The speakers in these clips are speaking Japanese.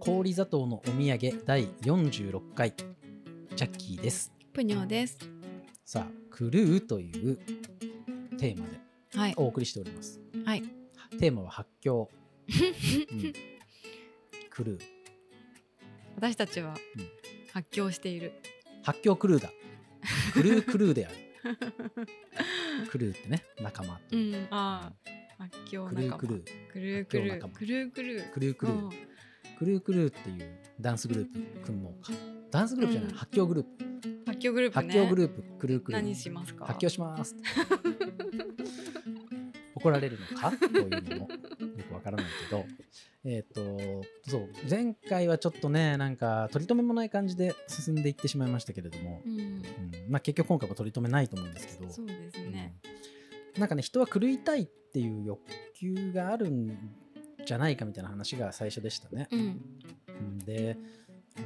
氷砂糖のお土産第46回ジャッキーですぷにょうです。さあ「クルー」というテーマではい。お送りしておりますはいテーマは発 狂、うんクルー私たちはうん発狂している。発狂クルーだクルークルーであるクルーってね仲間とういう、ん。ああ、発狂クル仲ーク間。ルークルーク発狂ル仲間ー。クルークルー。クルークルーうんクルークルーっていうダンスグループ組もうかダンスグループじゃない、うん発狂グループ発狂グループ発ね。狂グループ、クルークルー何しますか発狂します 怒られるのかというのもよくわからないけどえっ、とそう前回はちょっとねなんか取り留めもない感じで進んでいってしまいましたけれども、うん。うんまあ、結局今回も取り留めないと思うんですけどそうですね。うんなんかね人は狂いたいっていう欲求があるんじゃないかみたいな話が最初でしたね。うん。うんで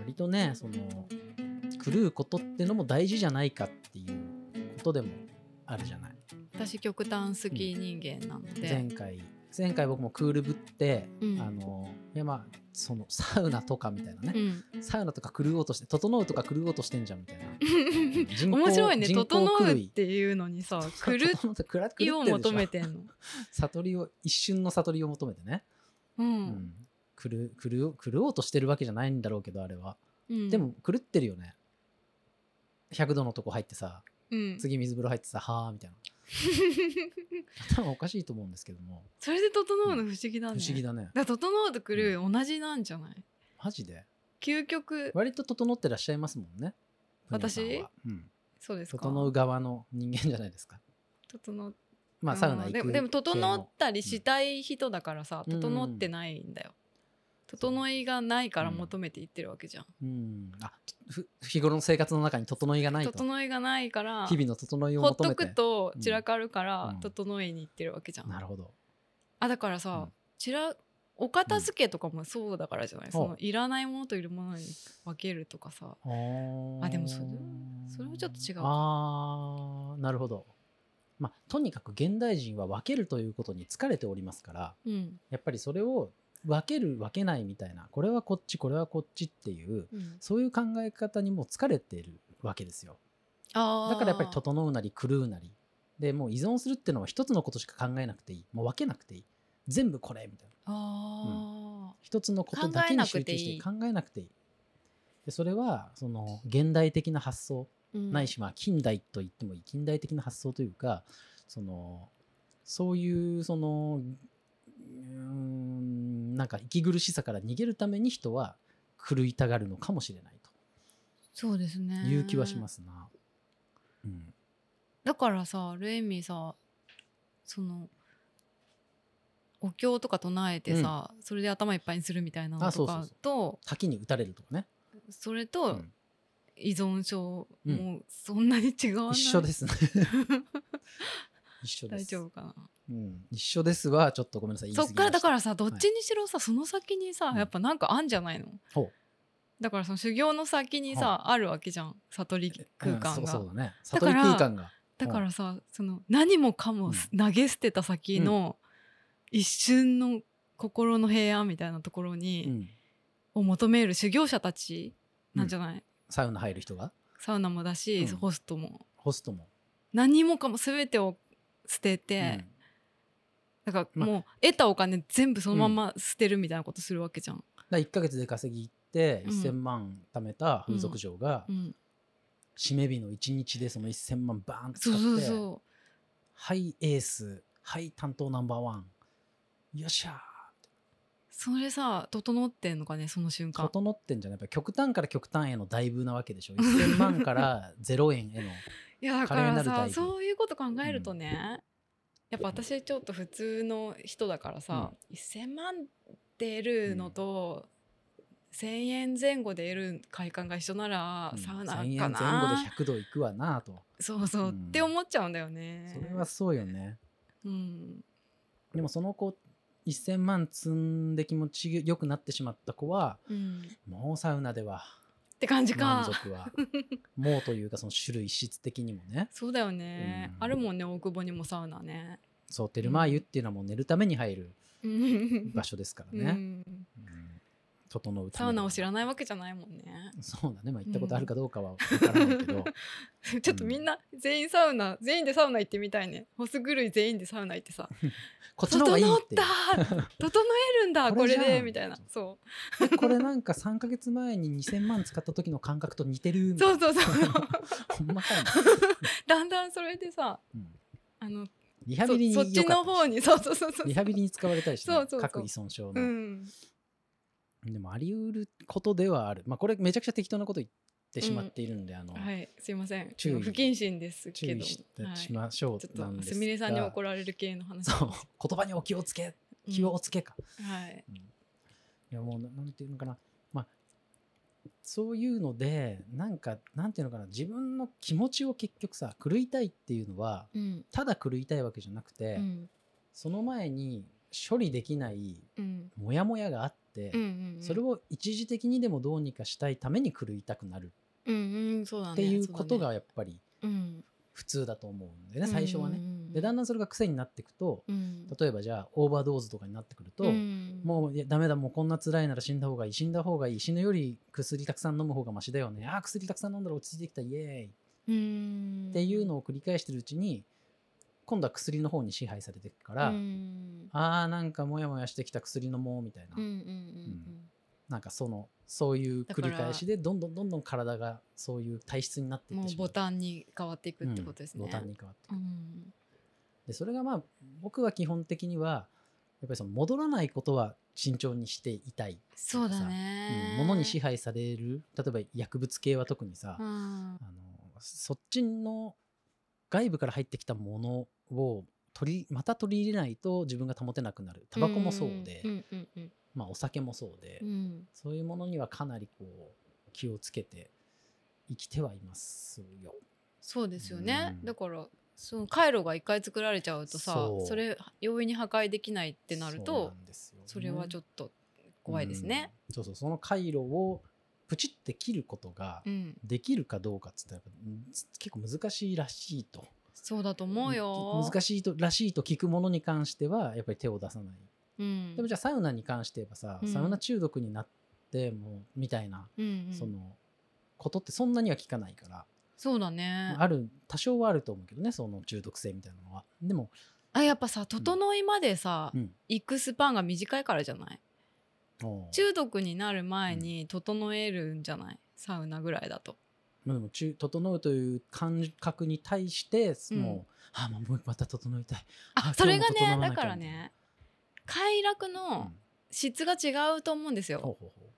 割とねその狂うことってのも大事じゃないかっていうことでもあるじゃない。私極端好き人間なので前。回前回僕もクールぶって、うんあのいやまあそのサウナとかみたいなね、うん。サウナとか狂おうとして整うとか狂おうとしてんじゃんみたいな人工 面白いね。人工整う狂っいていうのにさ、そう狂 整うと狂っているをでしょ求めてんの。悟りを一瞬の悟りを求めてね、う。うんん、狂う狂う狂おうとしてるわけじゃないんだろうけどあれは、うんでも、狂ってるよね100度のとこ入ってさうん。次水風呂入ってさはあみた いな頭おかしいと思うんですけどもそれで整うの不思議だ不ね。思議だねだから整うと狂い同じなんじゃないマジで究極割と整ってらっしゃいますもんね。私ふにゃさんはうん、そうですか整う側の人間じゃないですか。整っまあサウナ行くでもでも整っ系たりしたい人だからさ、うん整ってないんだよ整いがないから求めていってるわけじゃん、のうん、あふ日頃の生活の中に整いがないと整いがないから日々の整いをほっ求とめてくと散らかるかうらん整いに行ってるわけじゃん、なるほど。あだからさ、うん散らお片付けとかもそうだからじゃない、んそのいらないものといるものに分けるとかさあでもそれそれはちょっと違うかあーなるほど。まあとにかく現代人は分けるということに疲れておりますからうん、やっぱりそれを分ける分けないみたいなこれはこっちこれはこっちっていううん、そういう考え方にもう疲れてるわけですよ。あーだからやっぱり整うなり狂うなりでもう依存するってのは一つのことしか考えなくていいもう分けなくていい全部これみたいなあ一つのことだけに集中して考えなくていいでそれはその現代的な発想、ー、うんないしまあ近代と言ってもいい近代的な発想というかそのそういうそのうーんなんか息苦しさから逃げるために人は狂いたがるのかもしれないそうですねという気はしますすな。うんだからさルエミさそのお経とか唱えてさ、それで頭いっぱいにするみたいなのあそうとそうかそうと滝に打たれるとかね、それとうん依存症うんもそんなに違わない、一緒ですね 一緒で大す丈夫かなうん、一緒ですはちょっとごめんなさいそっからだかららさどっちにしろさ、その先にさうんやっぱなんかあんじゃないの、ほうだからその修行の先にさ、あるわけじゃん悟り空間が、そうそうだねだ悟かりら空間がだからさその何もかも投げ捨てた先の一瞬の心の平安みたいなところうに、ん、を求める修行者たちなんじゃない、サウナ入る人がサウナもだし、うんホストもホストも、何もかも全てを捨てて、だからもう得たお金全部そのまま捨てるみたいなことするわけじゃん。 1か月で稼ぎ行ってうん1000万貯めた風俗嬢が、うん、締め日の1日でその1000万バーンと使そうってそうそハイエースハイ担当ナンバーワンよっしゃーうそれさ整ってんのかねその瞬間。整ってんじゃないやっぱ極端から極端へのだいぶなわけでしょ1000万から0円 へのいやだか華麗ならる大さ義そういうこと考えるとね、やっぱ私ちょっと普通の人だからさ、1,000万で得るのと、1,000円前後で得る快感が一緒なら、うんサウナ1000円か前な後で100度いくわなとそうそうんう、って思っちゃうんだよね。それはそうよねうん、でもその子1000万積んで気持ちよくなってしまった子はうん、っもうサウナではて感じ満か。足 はもうというかその種類質的にもねそうだよね、うんあるもんね大久保にもサウナね。そうテルマー湯っていうのはもう寝るために入るうん場所ですからうね、んうん整うためにサウナを知らないわけじゃないもんねそうだね、まあ、行ったことあるかどうかは分からないけど、 ちょっとみんな全員サウナ全員でサウナ行ってみたいねホス狂い全員でサウナ行ってさ こっちの方整がっいいってた整えるん だここれれじゃんでみたいなそこれなんか3か月前に2000万使った時の感覚と似てるうみたそいうそうそう なほんまかいな、だんだんそれでさうんあのリハそビリにそっち良かのったし方にそう そうそうそうリハビリに使われたりしてね、そうそうそう各依存症の、うんでもあり得ることではあるまあこれめちゃくちゃ適当なこと言ってしまっているんで、あの、はいすいません注意不謹慎です注け意どしてはいしましょちうょなんっとですすみれさんに怒らられる系の話そう言葉にお気をつけ気をつけか、うんはいいやもうななんていうのかなまあそういうのでなんかなんていうのかな自分の気持ちを結局さ狂いたいっていうのはうんただ狂いたいわけじゃなくて、うんその前に処理できないうんモヤモヤがあって、うんうんうんそれを一時的にでもどうにかしたいために狂いたくなるうんうんそうだねっていうことそうだねがやっぱりうん普通だと思うんでね最初はうね。んうんうんでだんだんそれが癖になっていくとうん例えばじゃあオーバードーズとかになってくると、うんもういやダメだもうこんな辛いなら死んだ方がいい死んだ方がいい死ぬより薬たくさん飲む方がマシだよねあー薬たくさん飲んだら落ち着いてきたイエーイうんっていうのを繰り返してるうちに今度は薬の方に支配されていくから、うんあーなんかモヤモヤしてきた薬飲もうみたいな、うんうんうんなんかそのそういう繰り返しでどんどんどんどん体がそういう体質になってうんいっもてうしまうボタンに変わっていくってことですね。うんボタンに変わっていくうんでそれがまあ僕は基本的にはやっぱりその戻らないことは慎重にしていたいそうだうねん。物に支配される例えば薬物系は特にさ、うんあのそっちの外部から入ってきたものを取りまた取り入れないと自分が保てなくなるタバコもそうで、うんうんうんまあ、お酒もそうで、うんそういうものにはかなりこう気をつけて生きてはいますよ。そうですよねう。んだからその回路が一回作られちゃうとさそうそれ容易に破壊できないってなるそうとなんですよねそれはちょっと怖いですね。、うんそうそうその回路をプチって切ることがうんできるかどうかっつったらやっぱ結構難しいらしいと。そうだと思うよ。難しいとらしいと聞くものに関してはやっぱり手を出さない、うんでもじゃあサウナに関して言えばさ、うんサウナ中毒になってもみたいな、うんうんそのことってそんなには聞かないから、そうだね。ある多少はあると思うけどねその中毒性みたいなのはでも、あやっぱさ整いまでさうん、行くスパンが短いからじゃないおう中毒になる前に整えるんじゃないサウナぐらいだと。まあでも中整うという感覚に対してうんもう、あもうまた整いたいああそれが今日ねも整わなきゃだからね快楽の質が違うと思うんですうんほよ。うほうほ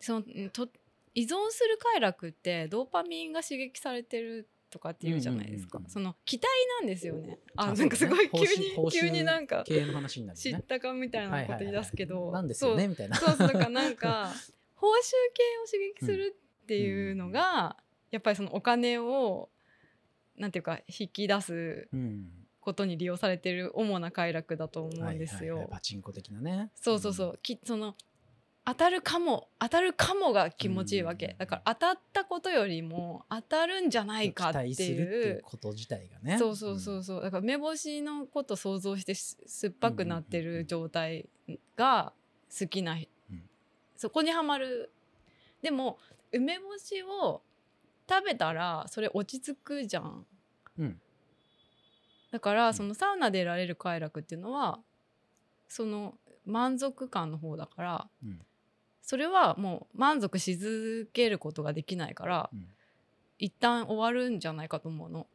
そのんと依存する快楽ってドーパミンが刺激されてるとかっていうじゃないですか、うんうんうんうんその期待なんですよね。ああなんかすごいそうね急報酬報酬に急になんうか経営の話になる知よっねたかみたいなこと言い出すけど、なんですよねみたいなそうそうだからなんか報酬系を刺激するっていうのが、やっぱりそのお金をなんていうか引き出すうんことに利用されてる主な快楽だと思うはいんですよ。はいはいパチンコ的なねそうそうそう、きその当たるかも当たるかもが気持ちいいわけ、うんだから当たったことよりも当たるんじゃないかって期待するっていいうう。こと自体がねそうそうそうそうだから目星のこと想像してす酸っぱくなってる状態が好きな、うんそこにはまるでも梅干しを食べたらそれ落ち着くじゃんうん、うんだからそのサウナで得られる快楽っていうのはその満足感の方だから、うんそれはもう満足し続けることができないから、うん一旦終わるんじゃないかと思うの。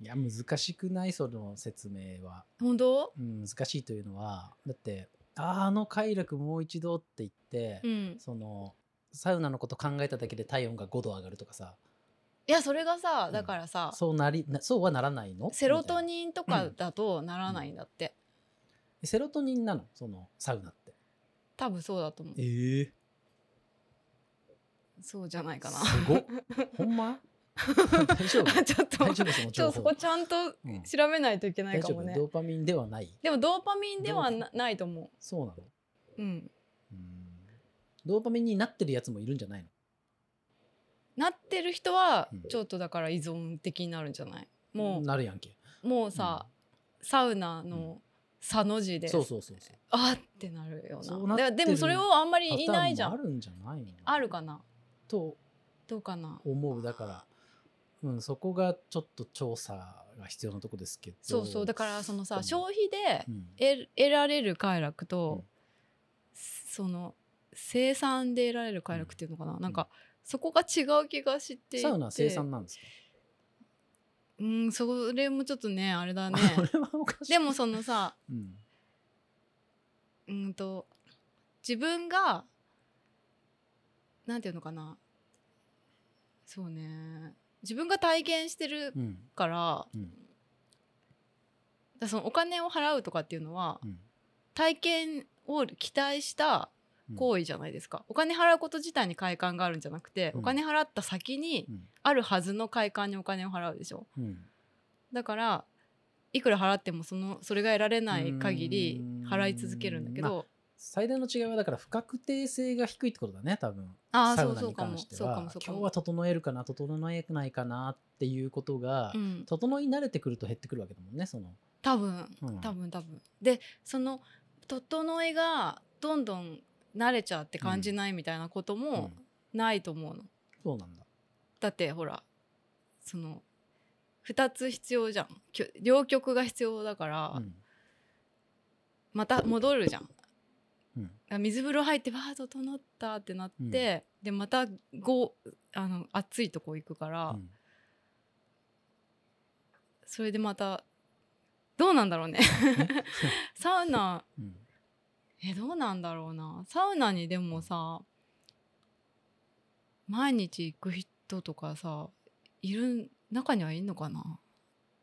いや難しくないその説明は、本当うん、難しいというのはだってあーあの快楽もう一度って言って、うん、そのサウナのこと考えただけで体温が5度上がるとかさいやそれがうさんだからさ、そうなりなそうはならないのセロみトたいニンとかだとならないんだって、なセロトニンなのそのサウナって多分そうだと思うええそうじゃないかなすごっほん ま大丈夫ちょっと大丈夫そのちょ情っとそ報こちゃんとうん調べないといけない大か丈も夫ねドーパミンではないでもドーパミンではなないと思そうなのう、うん、うんドーパミンになってるやつもいるんじゃないのなってる人はうんちょっとだから依存的になるんじゃない、もなるやんけうもうさ、サウナのさの字でそうそうそうそうあーってなるよそううななってるででもそれをあんまりパタいないじーゃンもあんるんじゃないのあるかなとどうかな思うだから、うん、そこがちょっと調査が必要なとこですけどそうそうだからそのでさも消費でうん得得られる快楽うと、んその生産で得られる快楽っていうのかな、なんかそこが違う気がしていてサウナは生産なんですかうんそれもちょっとねあ れだねこれはおかしいでもそのさうんうんと自分がなんていうのかなそうね自分が体験してるうんから,、うんだそのお金を払うとかっていうのは、うん体験を期待したうん行為じゃないですか、お金払うこと自体に快感があるんじゃなくて、うんお金払った先にうんあるはずの快感にお金を払うでしょうんだからいくら払ってもそのそれが得られない限りうーん払い続けるんだけど最大の違いはだから不確定性が低いってことだね多分ああサそウうナそうにかも関してそうかはもそうか今日もは整えるかな整えないかなっていうことが、うん、整い慣れてくると減ってくるわけだもんねその、多分うん多分多分でその整いがどんどん慣れちゃって感じないみたいなことうもんないと思うのそうなんだだってほらその2つ必要じゃんきょ両極が必要だから、うんまた戻るじゃんうんあ水風呂入ってわー整ったってなって、でまたごあの暑いとこ行くから、うんそれでまたどうなんだろうね サウナうんえどうなんだろうなサウナにでもさ毎日行く人とかさいるん中にはいんのかな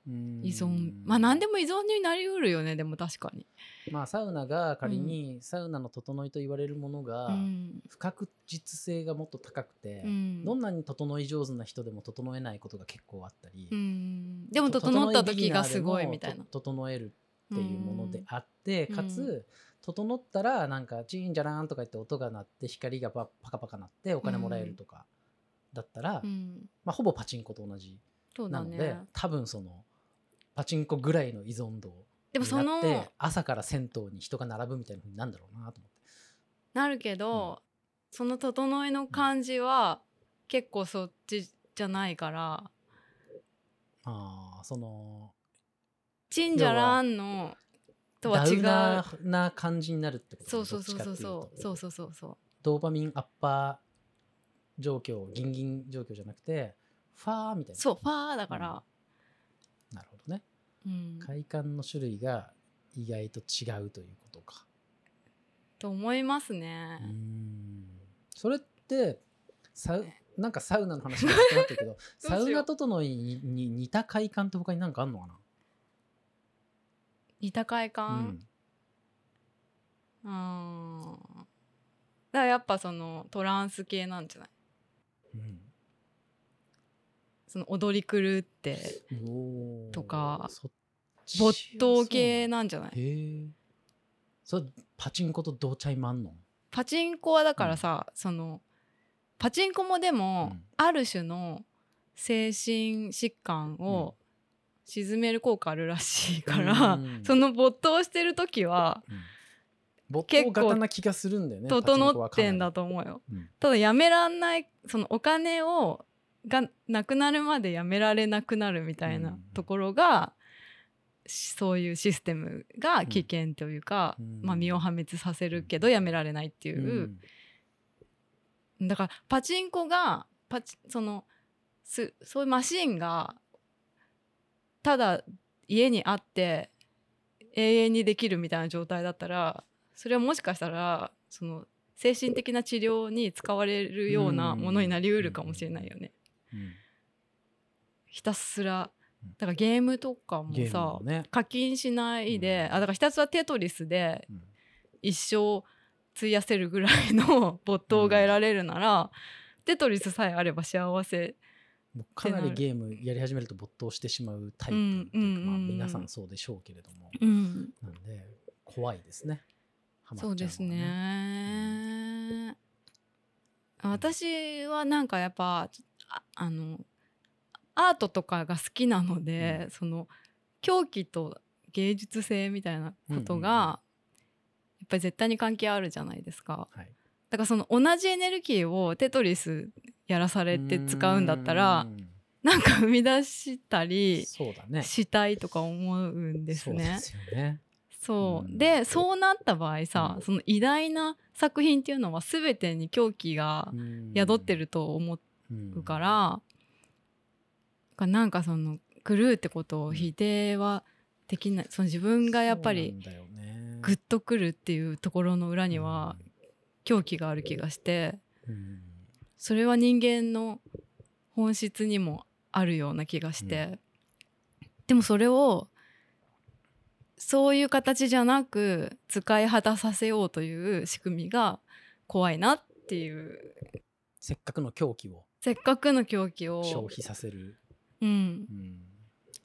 うーん依存まあ何でも依存になりうるよねでも確かに、まあサウナが仮にサウナの整いと言われるものがうん不確実性がもっと高くて、うんどんなに整い上手な人でも整えないことが結構あったり、うんでも整った時がすごいみたいなと整えるっていうものであって、うんかつ整ったらなんかチーンじゃらーンとか言って音が鳴って光がパパカパカ鳴ってお金もらえるとかだったら、うんまあ、ほぼパチンコと同じそうなだので、ね多分そのパチンコぐらいの依存度でもそになのって朝から銭湯に人が並ぶみたいなふうになんだろうなと思って。なるけど、その整いの感じは結構そっちじゃないからあーそのチンジャランのとはダ違ウナうーな感じになるってことそうねそうそうそどっうちかそっていうとそうそうそうそうドーパミンアッパー状況ギンギン状況じゃなくてファーみたいなそうファーだから、なるほどねうん快感の種類が意外と違うということかと思いますねうー、んそれってサウなんかサウナの話がなくなって るけどうしよサうウナ整いにに似た快感って他に何かあんのか似た快な、感、うんだからやっぱそのトランス系なんじゃないうんその踊り狂ってうん、おーとかそっちは没頭そう系ななんじゃないのへえそれパチンコとどうちゃいまんのパチンコはだからさ、そのパチンコもでも、うんある種の精神疾患を鎮める効果あるらしいから、うんその没頭してる時はうん没結頭構型な気がするんだよね整ってんだと、と思うよ。うんただやめらんないそのお金をがなくなるまでやめられなくなるみたいなところが、しそういうシステムが危険というか、うんまあ、身を破滅させるけどやめられないっていう。うんだからパチンコがパチそのすそういうマシンがただ家にあって永遠にできるみたいな状態だったらそれはもしかしたらその精神的な治療に使われるようなものになりうるかもしれないよね。うんひたすらうんだからゲームとかもゲームさもね、課金しないで、うんあだからひたすらテトリスでうん一生費やせるぐらいの 没頭が得られるなら、テトリスさえあれば幸せもうかなっりてなるゲームやり始めると没頭してしまうタイプ、うんうんうんうんまあ、皆さんそうでしょうけれども、うん、なんで怖いですねハマっちゃそうですねのは私はなんかやっぱちょああのアートとかが好きなので、うんその狂気と芸術性みたいなことが、うんうんうんやっぱり絶対に関係あるじゃないですか。はいだからその同じエネルギーをテトリスやらされて使うんだったらうーなんか生み出したんりそうだねしたいとか思うんですそうねで。すよねそううんでそうなった場合さ、うんその偉大な作品っていうのは全てに狂気が宿ってると思うから、がなんかその狂うってことを否定はできないその自分がやっぱりグッッとくるっていうところの裏には狂気がある気がしてそれは人間の本質にもあるような気がして、でもそれをそういう形じゃなく使い果たさせようという仕組みが怖いなっていうせっかくの狂気をせっかくの狂気を消費させる、うん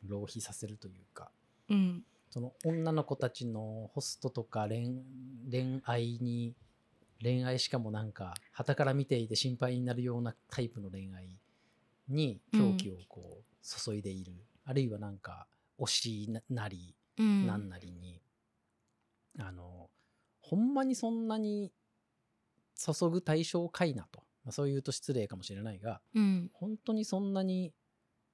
うん、浪費させるというかうんその女の子たちのホストとか恋恋愛に恋愛しかもなんか傍から見ていて心配になるようなタイプの恋愛に狂気をこう注いでいる、あるいはなんか推しななりうんなんなりに、あのほんまにそんなに注ぐ対象かいなと、まあ、そういうと失礼かもしれないがうん本当にそんなに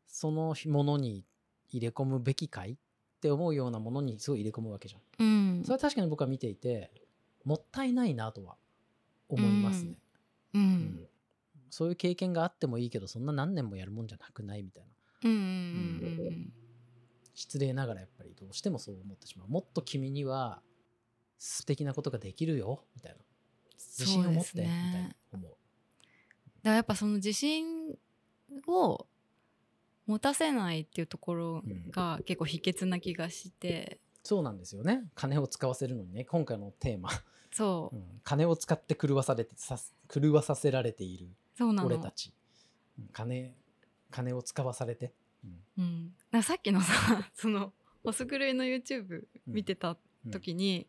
そのものに入れ込むべきかいって思うようなものにすごい入れ込むわけじゃん。うんそれは確かに僕は見ていてもったいないなとは思いますね。ううんんそういう経験があってもいいけどそんな何年もやるもんじゃなくないみたいなうんうん失礼ながらやっぱりどうしてもそう思ってしまうもっと君には素敵なことができるよみたいな自信を持っそうて、ですねみたいな思うだからやっぱその自信を持たせないっていうところが結構秘訣な気がして、そうなんですよね金を使わせるのにね今回のテーマ、そううん金を使って狂わされてさす狂わさせられているそうなの俺たちうん金金を使わされて、うんうん、だからさっきのさ そのホス狂いの YouTube 見てたうん時に、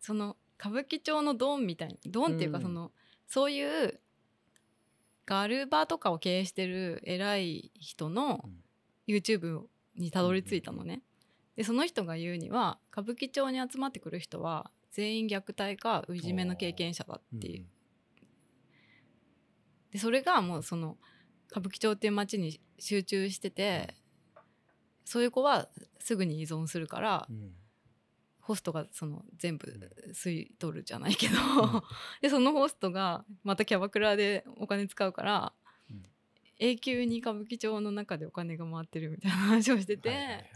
その歌舞伎町のドンみたいなドンっていうかうんその、そういうガルバとかを経営してる偉い人のうん YouTube にたどり着いたのね。でその人が言うには歌舞伎町に集まってくる人は全員虐待かいじめの経験者だっていう。でそれがもうその歌舞伎町っていう街に集中しててそういう子はすぐに依存するから、うんうんホストがその全部う吸い取るじゃないけど、ん でそのホストがまたキャバクラでお金使うから、うん永久に歌舞伎町の中でお金が回ってるみたいな話をしてて、はいはいはい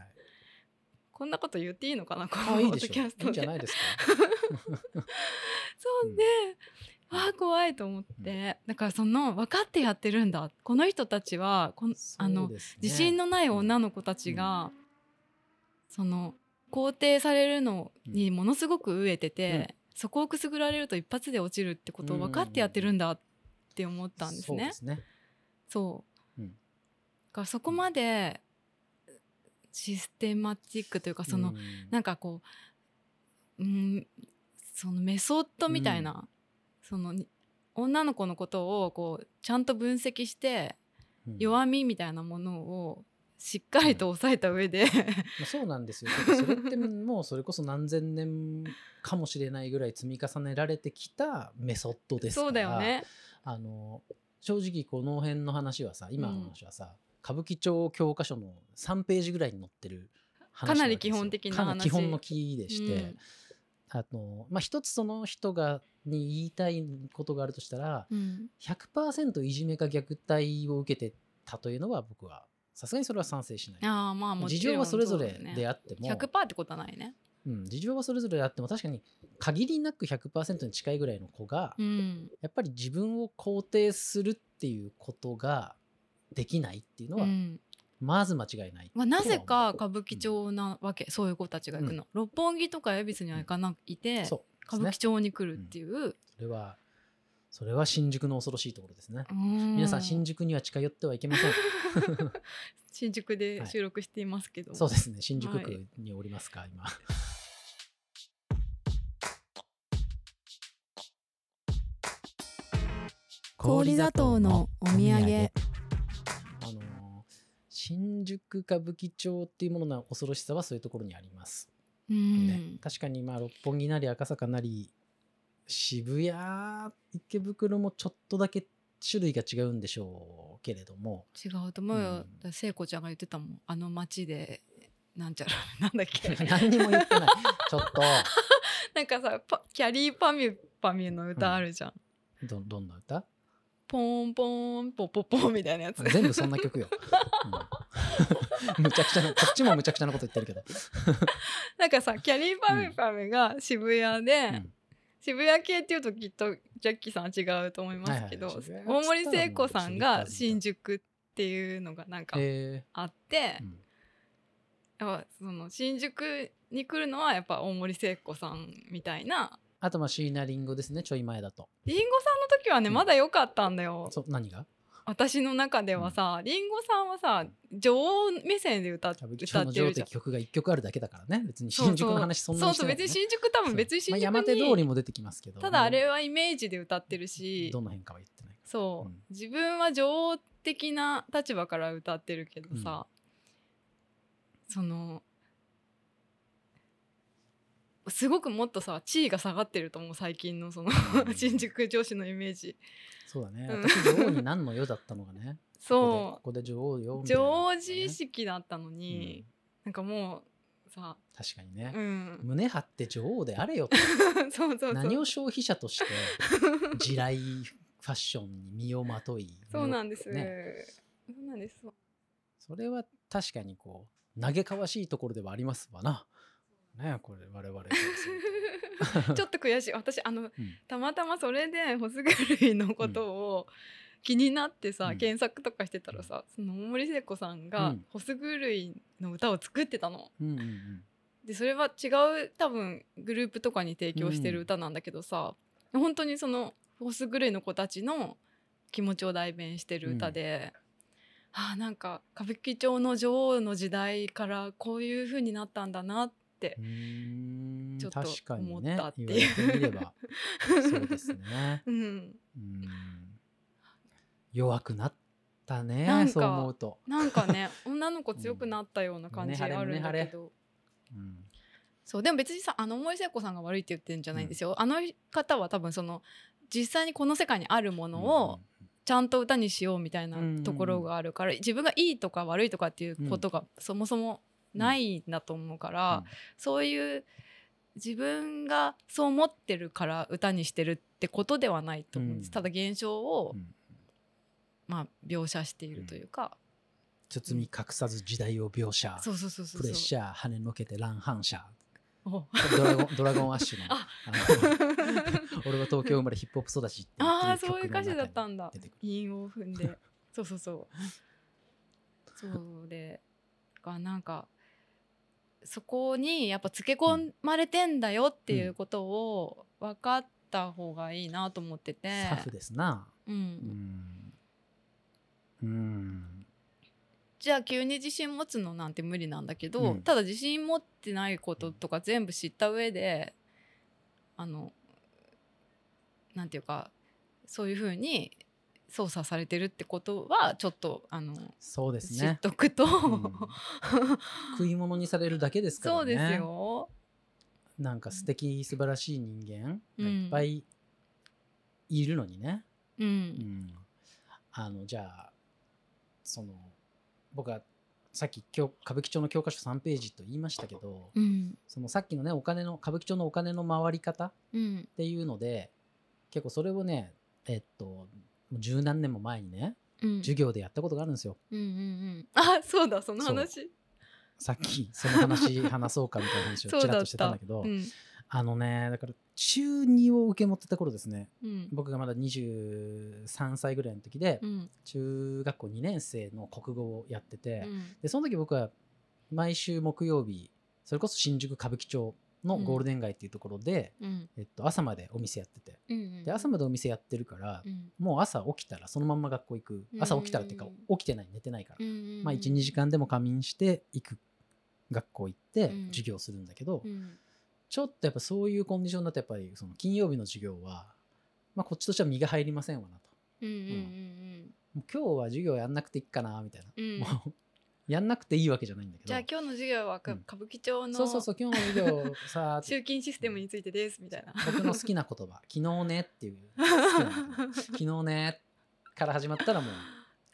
こんなこと言っていいのかなこあのいいポでッしドょキャスいいトんじゃで。ないですかそうで、うんわあ怖いと思って、だからその分かってやってるんだこの人たちはこのあの自信ののない女の子たちが、その肯定されるのにものすごく飢えてて、そこをくすぐられると一発で落ちるってことを分かってやってるんだって思ったんですそうねで。すねそう、うんだからそこまでシステマチックというかその、うんなんかこう、うん、そのメソッドみたいな、そのに女の子のことをこうちゃんと分析してうん弱みみたいなものをしっかりと抑えた上で、まあそうなんですよ。だからそれってもうそれこそ何千年かもしれないぐらい積み重ねられてきたメソッドですから。そうだよね。あの正直この辺の話はさ今の話はさ、歌舞伎町教科書の3ページぐらいに載ってる話かなりわけですよ基本的なかなり基話本のキーでして、うんあのまあ、一つその人がに言いたいことがあるとしたらうん100%いじめか虐待を受けてたというのは僕はさすがにそれは賛成しない。ああまあもち事ろん情はそれぞれうだよねであっても、 100%ってことはないね。うん、事情はそれぞれであっても確かに限りなく100%に近いぐらいの子が、うん、やっぱり自分を肯定するっていうことができないっていうのうは、んまず間違いないまあ、なぜか歌舞伎町なわけ、そういう子たちが行くの、六本木とか恵比寿には行かないて、そう歌舞伎ですね町に来るっていう、それはそれは新宿の恐ろしいところですね、うん皆さん新宿には近寄ってはい けません新宿で収録していますけど、そうですね新宿は区におりますか、今氷砂糖のお土産あのー新宿歌舞伎町っていうものの恐ろしさはそういうところにあります。うんね確かにまあ六本木なり赤坂なり渋谷池袋もちょっとだけ種類が違うんでしょうけれども 違うと思うよ、うんだから聖子ちゃんが言ってたもんあの街でなんちゃらなんだっ け何にも言 ってないちょっなんかさパキャリーパミュパミュの歌あるじゃん、とどどんな 歌ポンポンポポポンみたいなやつ全部そんな曲よ、うん むちゃくちゃなこっちもむちゃくちゃなこと言って るけど、なんかさキャリーパミュパミュが渋谷で、うん渋谷系っていうときっとジャッキーさんは違うと思いますけど、はいはい渋谷大森聖子さん渋が谷新宿っていうのがなんかえあってー、うんやっぱその新宿に来るのはやっぱ大森聖子さんみたいなあとまあ椎名林檎ですねちょい前だとりんごさんの時はねうんまだ良かったんだよ、そう何が私の中ではさりんごさんはさ女王目線で歌っ歌歌舞っ伎町のて女王るっじてゃん。曲が1曲あるだけだからね別に新宿の話そんなそうにしてそうない、別ね、に新宿多分別にま新あ、宿に、山手通りも出てきますけどただあれはイメージで歌ってるしどの辺かは言ってないそう、うん自分は女王的な立場から歌ってるけどさ、そのすごくもっとさ地位が下がってると思う最近のその 新宿女子のイメージそうだねうん私女王に何の世だったのがねこ そこでここで女王ようみたいな女王自意ね識だったのうにん、なんかもうさ確かにねう、ん胸張って女王であれよって そうそうそう何を消費者として 地雷ファッションに身をまといそうなんです、ねそうなんです そうそれは確かにこう嘆かわしいところではありますわなねこれ我々 からするちょっと悔しい私あの、んたまたまそれでホス狂いのことを気になってさ、うん検索とかしてたらさその大森聖子さんうがんホス狂いの歌を作ってたの。とうんうんうんでそれは違う多分グループとかに提供してる歌なんだけどさ、本当にそのホス狂いの子たちの気持ちを代弁してる歌で、ああなんか歌舞伎町の女王の時代からこういう風になったんだなってうーんちょっと確かに思っねたってい言うわれてみればそうですね うん、うーん弱くなったなんねかそう思うと、なんかね女の子強くなったような感じうん胸あ張れるんだけど、うんそうでも別にさあの森聖子さんが悪いって言ってるんじゃないんですよ、あの方は多分その実際にこの世界にあるものをちゃんと歌にしようみたいなところがあるから、自分がいいとか悪いとかっていうことがそもそもないんだと思うから、そういう自分がそう思ってるから歌にしてるってことではないと思うんでうす、んただ現象を、うんうんまあ、描写しているというか、包み隠さず時代を描写そうそうそうそうそうプレッシャー跳ねのけて乱反射おドラゴンドラゴンアッシュのああの俺は東京生まれヒップホップ育ちって言って ある あそうい曲うの歌詞だった中にんだ出てくる韻を踏 んでそうそうそうそうでがなんかそこにやっぱつけ込まれてんだよっていうことを分かった方がいいなと思ってて、サフですなうんうんうんじゃあ急に自信持つのなんて無理なんだけど、うんただ自信持ってないこととか全部知った上であのなんていうかそういうふうに操作されてるってことはちょっとあのそうです知っねとくと、うん 食い物にされるだけですからねそうですよ。なんか素敵素晴らしい人間がいっぱいいるのにね、う、うんんあのじゃあその僕はさっき教歌舞伎町の教科書3ページと言いましたけど、うん、そのさっきのねお金の歌舞伎町のお金の回り方っうん、ていうので結構それをねえっともう十何年も前にねうん、授業でやったことがあるんですよ。うん、うん、あ、そうだ、その話。さっきその話話そうかみたいな話を そうちらっだっとしてたんただけ。どうん、あのねだから中2を受け持ってた頃ですねうん、僕がまだ23歳ぐらいの時でうん、中学校2年生の国語をやってて、うんでその時僕は毎週木曜日それこそ新宿歌舞伎町のゴールデン街っていうところで、うん、えっと、朝までお店やっててうん、で朝までお店やってるから、うん、もう朝起きたらそのまんま学校行くうん朝起きたらっていうか起きてない寝てないから、うん、まあ12時間でも仮眠して行く学校行ってうん授業するんだけど、うん。ちょっとやっぱそういうコンディションだとやっぱりその金曜日の授業は、まあ、こっちとしては身が入りませんわなとうん、うん、もう今日は授業やんなくていいかなみたいな、うん、うん、もうやんなくていいわけじゃないんだけどじゃあ今日の授業はかうん歌舞伎町そうそうそのう今日の授業さ 集金システムについてですみたいな。僕の好きな言葉「昨日ね」って いう好きなんだけど昨日ね」から始まったらもう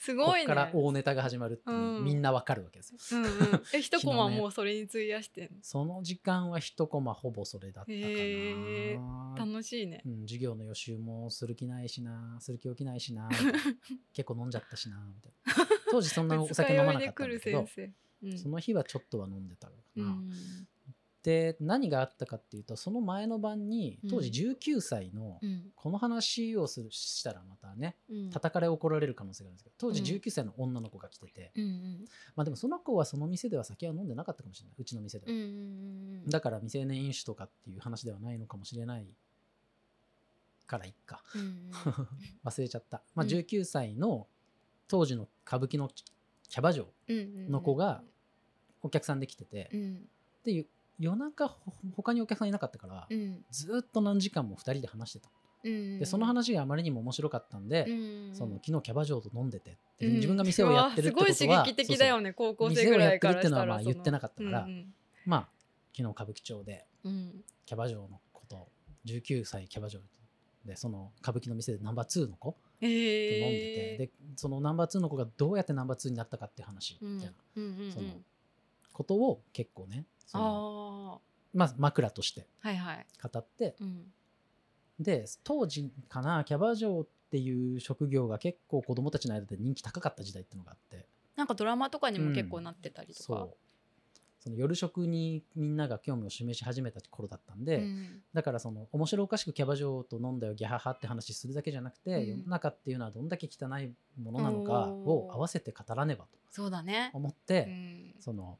すこごいこね。から大ネタが始まるっていううんみんなわかるわけですよ。うんうん、え一コマもうそれに費やしてんその時間は一コマほぼそれだったかな、へ楽しいねう。ん、授業の予習もする気ないしなする気起きないし な結構飲んじゃったしなみたいな当時そんなお酒飲まなかったんだけど二日酔いで来る先、生。うんその日はちょっとは飲んでたのかうな、んで何があったかっていうとその前の晩に当時うん19歳の、うんこの話をするしたらまたねうん叩かれ怒られる可能性があるんですけど当時うん19歳の女の子が来てて、うんうんまあでもその子はその店では酒は飲んでなかったかもしれないうちの店でうは、んうんうんだから未成年飲酒とかっていう話ではないのかもしれないからいっかうんうん忘れちゃった、まあ、うん19歳の当時の歌舞伎のキャバ嬢うんうんうんの子がお客さんで来てて、うんでゆ夜中ほ他にお客さんいなかったから、うんずーっと何時間も2人で話してたうんでその話があまりにも面白かったんで、うんその昨日キャバ嬢と飲んでてって、うん自分が店をやってるってことはうわすごい刺激的だよねね高校生ぐらいから店をやってるってしたのはまらあ言ってなかったからうんまあ昨日歌舞伎町でうんキャバ嬢のこと19歳キャバ嬢でその歌舞伎の店でナンバー2の子えと飲んでて、ーでそのナンバー2の子がどうやってナンバー2になったかっていう話うみたいなんうんうんうんそのことを結構ねそのあまあ、枕としてあはいはい語ってうんで当時かなキャバ嬢っていう職業が結構子供たちの間で人気高かった時代っていうのがあってなんかドラマとかにも結構なってたりとそかうその夜食にみんなが興味を示し始めた頃だったんで、うんだからその面白おかしくキャバ嬢と飲んだよギャハハって話するだけじゃなくて、うん世の中っていうのはどんだけ汚いものなのかおをー合わせて語らねばとそうだね思っうて、んその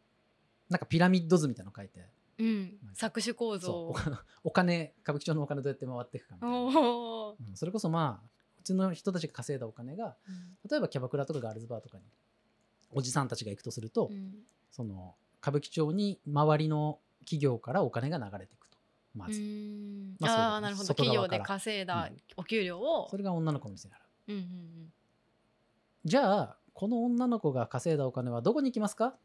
なんかピラミッド図みたいなの書いてうん搾取構造そうお金 おを金歌舞伎町のお金どうやって回っていくかみたいな、おーうんそれこそまあ普通の人たちが稼いだお金がうん例えばキャバクラとかガールズバーとかにおじさんたちが行くとすると、うんその歌舞伎町に周りの企業からお金が流れていくとまうず、んまあそうだねあーなるほど外企業側からで稼いだお給料をそれが女の子の店に払ううんうんじゃあこの女の子が稼いだお金はどこに行きますかっ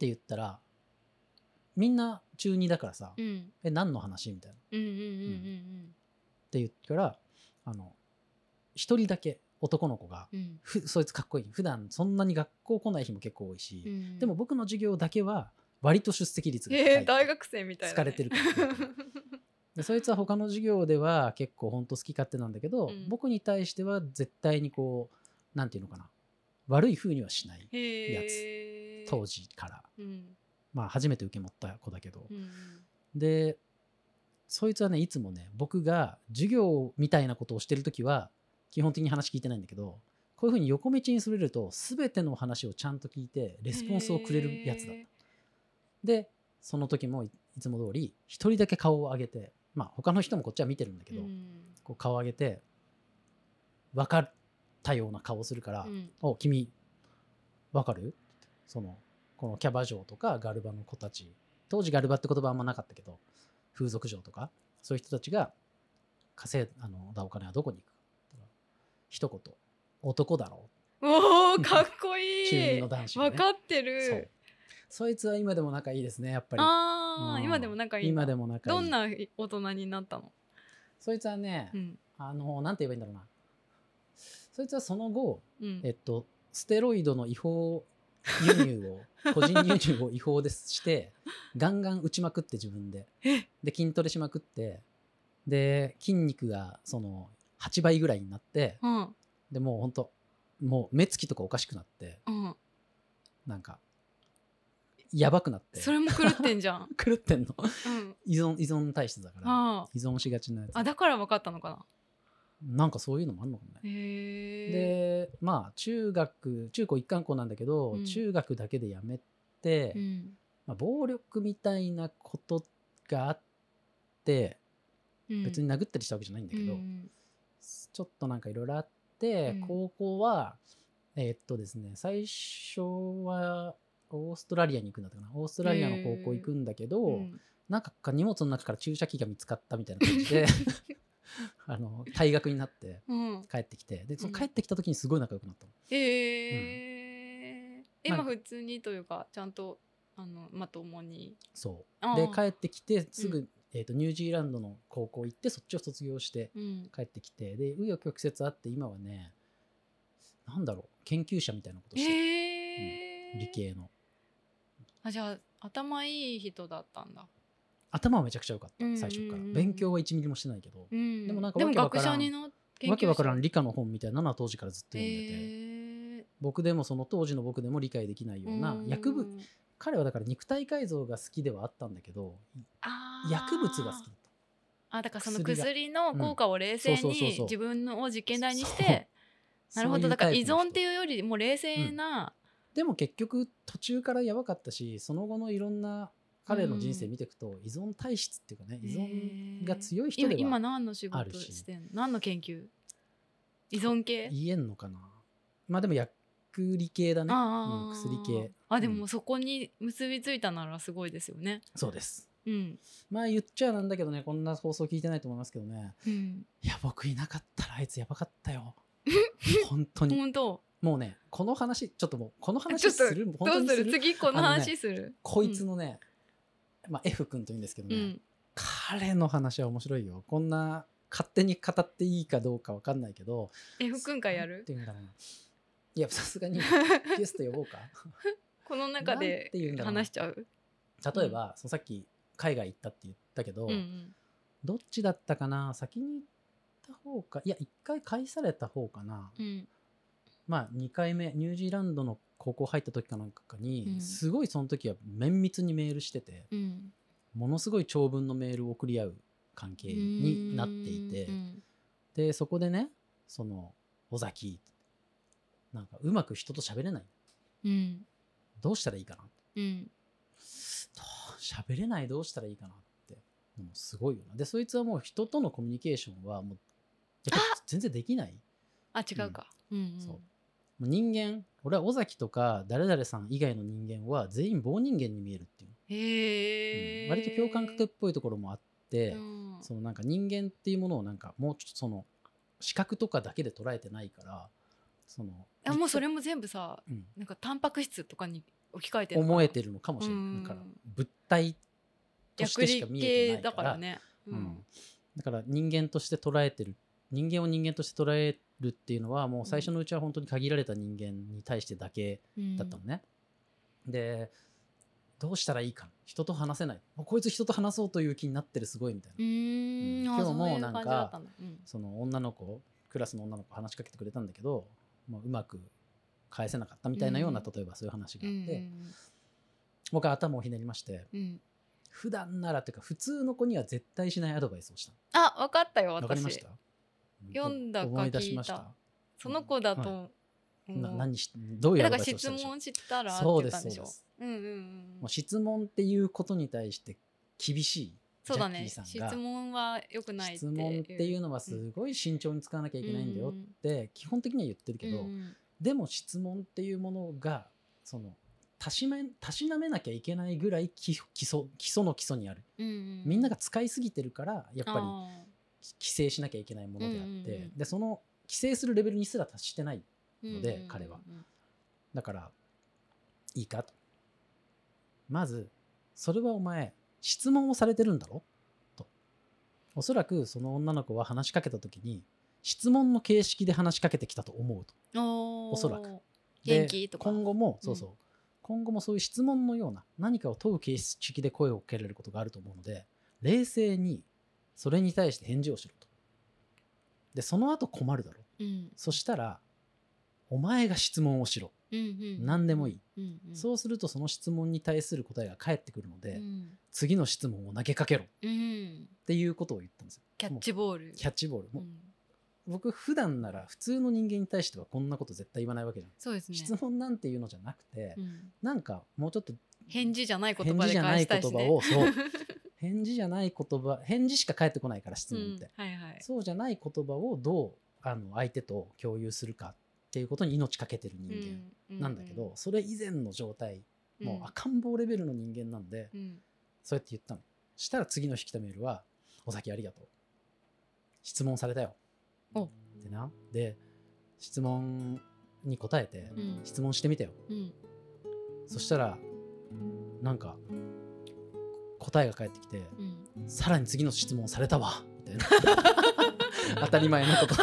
て言ったらみんな中2だからさ「うんうんえ何の話?」みたいなっうんうんうんて言ったらあの一人だけ男の子がうんうんふそいつかっこいい普段そんなに学校来ない日も結構多いし、うんでも僕の授業だけは割と出席率が高い、えー大学生みたい疲なねれて るからねでそいつは他の授業では結構ほんと好き勝手なんだけど、うん僕に対しては絶対にこうなんていうのかな悪い風にはしないへえ当時からうんまあ初めて受け持った子だけど、うんでそいつはねいつもね僕が授業みたいなことをしてる時は基本的に話聞いてないんだけどこういうふうに横道にそれると全ての話をちゃんと聞いてレスポンスをくれるやつだったへー。でその時もいいつも通り一人だけ顔を上げてまあ他の人もこっちは見てるんだけど、うんこう顔を上げて分かったような顔をするから「うんお君分かる?」そのこのキャバ嬢とかガルバの子たち当時ガルバって言葉あんまなかったけど風俗嬢とかそういう人たちが稼いあのだお金はどこに行くかって言ったら一言「男だろおーかっこいい中二の男子がねわかってう」るそうそいつは今でも仲いいですねやっぱりああ、うん今でも仲いいんだ今でも仲いいどんな大人になったの、そいつはね、うんあのなんて言えばいいんだろうなそいつはその後うん、えっと、ステロイドの違法輸入を、個人輸入を違法です して、ガンガン打ちまくって自分で。で、筋トレしまくって、で、筋肉がその8倍ぐらいになって、うんでもうほんと、もう目つきとかおかしくなって、うん、なんか、やばくなって、それも狂ってんじゃん、狂ってんの。うん、依存、依存体質だから、あ依存しがちなやつー。あだからわかったのかなんかそういうのもあんのかもね。なへえで、まあ、中学、中高一貫校なんだけど、うん中学だけでやめて、うんまあ、暴力みたいなことがあってうん、別に殴ったりしたわけじゃないんだけど、うんちょっとなんかいろいろあって、うん高校はえーっとですね最初はオーストラリアに行くんだったかなオーストラリアの高校行くんだけど、うんなんか荷物の中から注射器が見つかったみたいな感じで あの退学になってうん、帰ってきてでそのうん帰ってきた時にすごい仲良くなったの、へえ、まあ今普通にというかちゃんとあのまともにそうあでー帰ってきてすぐ、えー、とニュージーランドの高校行ってそっちを卒業してうん帰ってきてで紆余曲折あって今はねなんだろう研究者みたいなことしてる、へえ理系のあじゃあ頭いい人だったんだ、頭はめちゃくちゃ良かったうんうんうん最初から勉強は1ミリもしてないけどうん、でもなんかでもわけ学わから者んになわけわからんん理科の本みたいなのは当時からずっとへ読んでてえ僕でもその当時の僕でも理解できないような薬物彼はだから肉体改造が好きではあったんだけどあー薬物が好きだっあだからその薬が薬の効果を冷静そうそうそうにそう自分のを実験台にしそうてたなるほどだから依存ってういうよりもう冷静な、でも結局途中からやばかったしその後のいろんな彼の人生見ていくと依存体質っていうかね依存が強い人今で今は何の仕ある事ししてんの何の研究依存系言えんのかなまあでも薬理系だねああうん薬系あでうんもそこに結びついたならすごいですよねそうですうん、まあ言っちゃなんだけどねこんな放送聞いてないと思いますけどねうん、いや僕いなかったらあいつやばかった よ本当に本当もうねこの話ちょっともうこのちょ話っとする本ど当うにすするる次このあのね話するこいつのね、まあ F 君と言うんですけどうね、ん彼の話は面白いよこんな勝手に語っていいかどうかわかんないけど F 君会やなんるて言うんだろうないやさす がにゲスト呼ぼうかこの中なんでて言うんだろうな話しちゃう例えば、そのさっき海外行ったって言ったけど、うんうんどっちだったかな先に行った方かいや一回返された方かなうんまあ2回目ニュージーランドの高校入った時かなんかに、うんすごいその時は綿密にメールしててうんものすごい長文のメールを送り合う関係になっていて、うんでそこでねその尾崎なんかうまく人と喋れないうんどうしたらいいかなうんどう喋れないどうしたらいいかなってもうすごいよなでそいつはもう人とのコミュニケーションはもうやっぱ全然できないあ違うかうんうんそうもう人間俺は尾崎とか誰々さん以外の人間は全員棒人間に見えるっていう、へうえん割と共感覚っぽいところもあって、うんそのなんか人間っていうものをなんかもうちょっとその視覚とかだけで捉えてないからそのあもうそれも全部さうんなんかタンパク質とかに置き換えてるのかな思えてるのかもしれうないんだから物体としてしか見えてないだかかららね、うんだから人間として捉えてる人間を人間として捉えるっていうのはもう最初のうちは本当に限られた人間に対してだけうんだったのね、でどうしたらいいか人と話せないもうこいつ人と話そうという気になってるすごいみたいな、うーうん、んあ今日もなんかそういう感じだったんだうんその女の子クラスの女の子話しかけてくれたんだけど、まあ、うまく返せなかったみたいなような、うん例えばそういう話がうあっんて、僕は頭をひねりましてうんうん普段ならというか普通の子には絶対しないアドバイスをしたあ分かったよわかりまし私た読んだか思い出しまし聞いたたその子だと、はうんな何しどういえうアだドかバらイスをし質たんでしょう問したらってそう言でったすんでそうでしょすうんうんうんもう質問っていうことに対して厳しいそうだジャッねキー質さんが問は良くない質問っていううのはすごい慎重に使わなきゃいけないんだよって基本的には言ってるけど、うんうんでも質問っていうものがそのたしめたしなめなきゃいけないぐらい基基礎基礎の基礎にある、うんうん、みんなが使いすぎてるからやっぱりあ規制しなきゃいけないものであって、うんうんうんでその規制するレベルにすら達してないーのでうんうん彼はだからいいかとまずそれはお前質問をされてるんだろとおそらくその女の子は話しかけた時に質問の形式で話しかけてきたと思うとおそらくで元気とか今後もそうそう、今後もそういう質問のような何かを問う形式で声をかけられることがあると思うので冷静にそれに対して返事をしろとでその後困るだろうんそしたらお前が質問をしろうんうん、何でもいい、うんうん、そうするとその質問に対する答えが返ってくるので、うん次の質問を投げかけろっうん、ていうことを言ったんですよキャッチボールキャッチボール、う、もうん僕普段なら普通の人間に対してはこんなこと絶対言わないわけじゃん、そうですね、質問なんていうのじゃなくて、うん、なんかもうちょっと返事じゃない言返葉事でじゃな返いした言いし、葉ね、をそう返事じゃない言葉返事しか返ってこないから質う問っんて、はいはいそうじゃない言葉をどうあの相手と共有するかっていうことに命かけてる人間間なんだけど、それ以前の状態もう赤ん坊レベルの人間なんで、うんうんそうやって言ったの。したら次の日来たメールは、お酒ありがとう。質問されたよ。おでな。で、質問に答えて、うん質問してみたよ。うんそしたらなんか答えが返ってきてうん さらに次の質問されたわみたいな当たり前のこと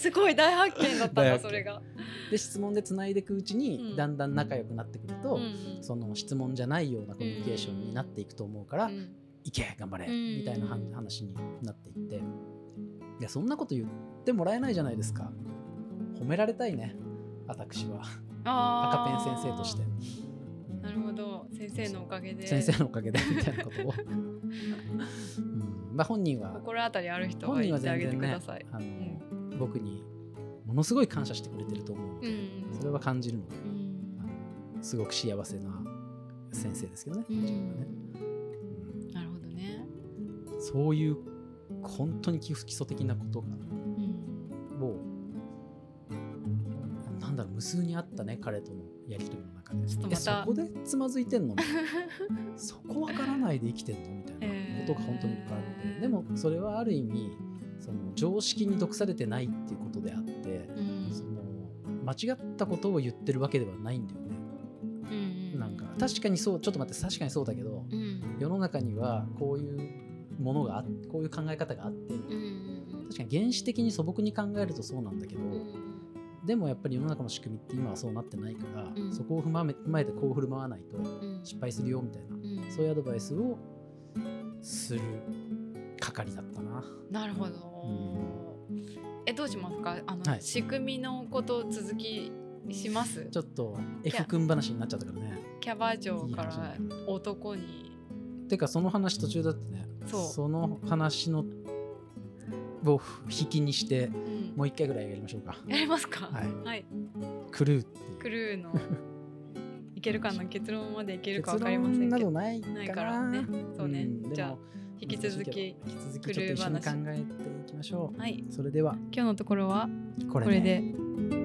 すごい大発見だったん大だ発見それが。で質問でつないでいくうちに、うんだんだん仲良くなってくると、うんうんその質問じゃないようなコミュニケーションになっていくと思うから、うんいけ頑張れ、うんみたいなはん話になっていっていやそんなこと言ってもらえないじゃないですか褒められたいね私は赤ペあーン先生として、うんなるほど先生のおかげで先生のおかげ でみたいなことを、うんまあ、本人は心当たりある人は本人は言ってあ全げて然くねださい。あの、僕にものすごい感謝してくれてると思うのうで、んそれは感じるのでうんすごく幸せな先生ですけどね、う自分はねんなるほどね。うんそういう本当に基礎的なことがうんをなんだろう無数にあったね彼とのやり取りの中でちょっとえまそたこでつまずいてんの そこわからないで生きてんのみたいなことが本当にいっぱいあって、えーでもそれはある意味その常識に毒されてないっていうことであってうんその間違ったことを言ってるわけではないんだよね。うんなんか確かにそうちょっと待って確かにそうだけどうん世の中にはこういうものがあっこういう考え方があってうんうん確かに原始的に素朴に考えるとそうなんだけど、うんでもやっぱり世の中の仕組みって今はそうなってないから、うんそこを踏まめ踏まえてこう振る舞わないとうん失敗するよみたいなうんそういうアドバイスをする係だったな。なるほど。えどうしますかあの、はい仕組みのこと続きしますちょっとや F 君話になっちゃったからね。キャバ嬢かいいら話だ男にてかその話途中だってねそうの話のを引きにしてうんもう一回ぐらいやりましょうか。やりますかはいはい、クルーっていうクルー のいけるかな結論までいけるかわ結かりませ論んなけどどないかなないからねそうね、んでもじゃあ引き続き難しいけど引き続きちょっと一緒に考えていきましょう。はいそれでは今日のところはここれれでで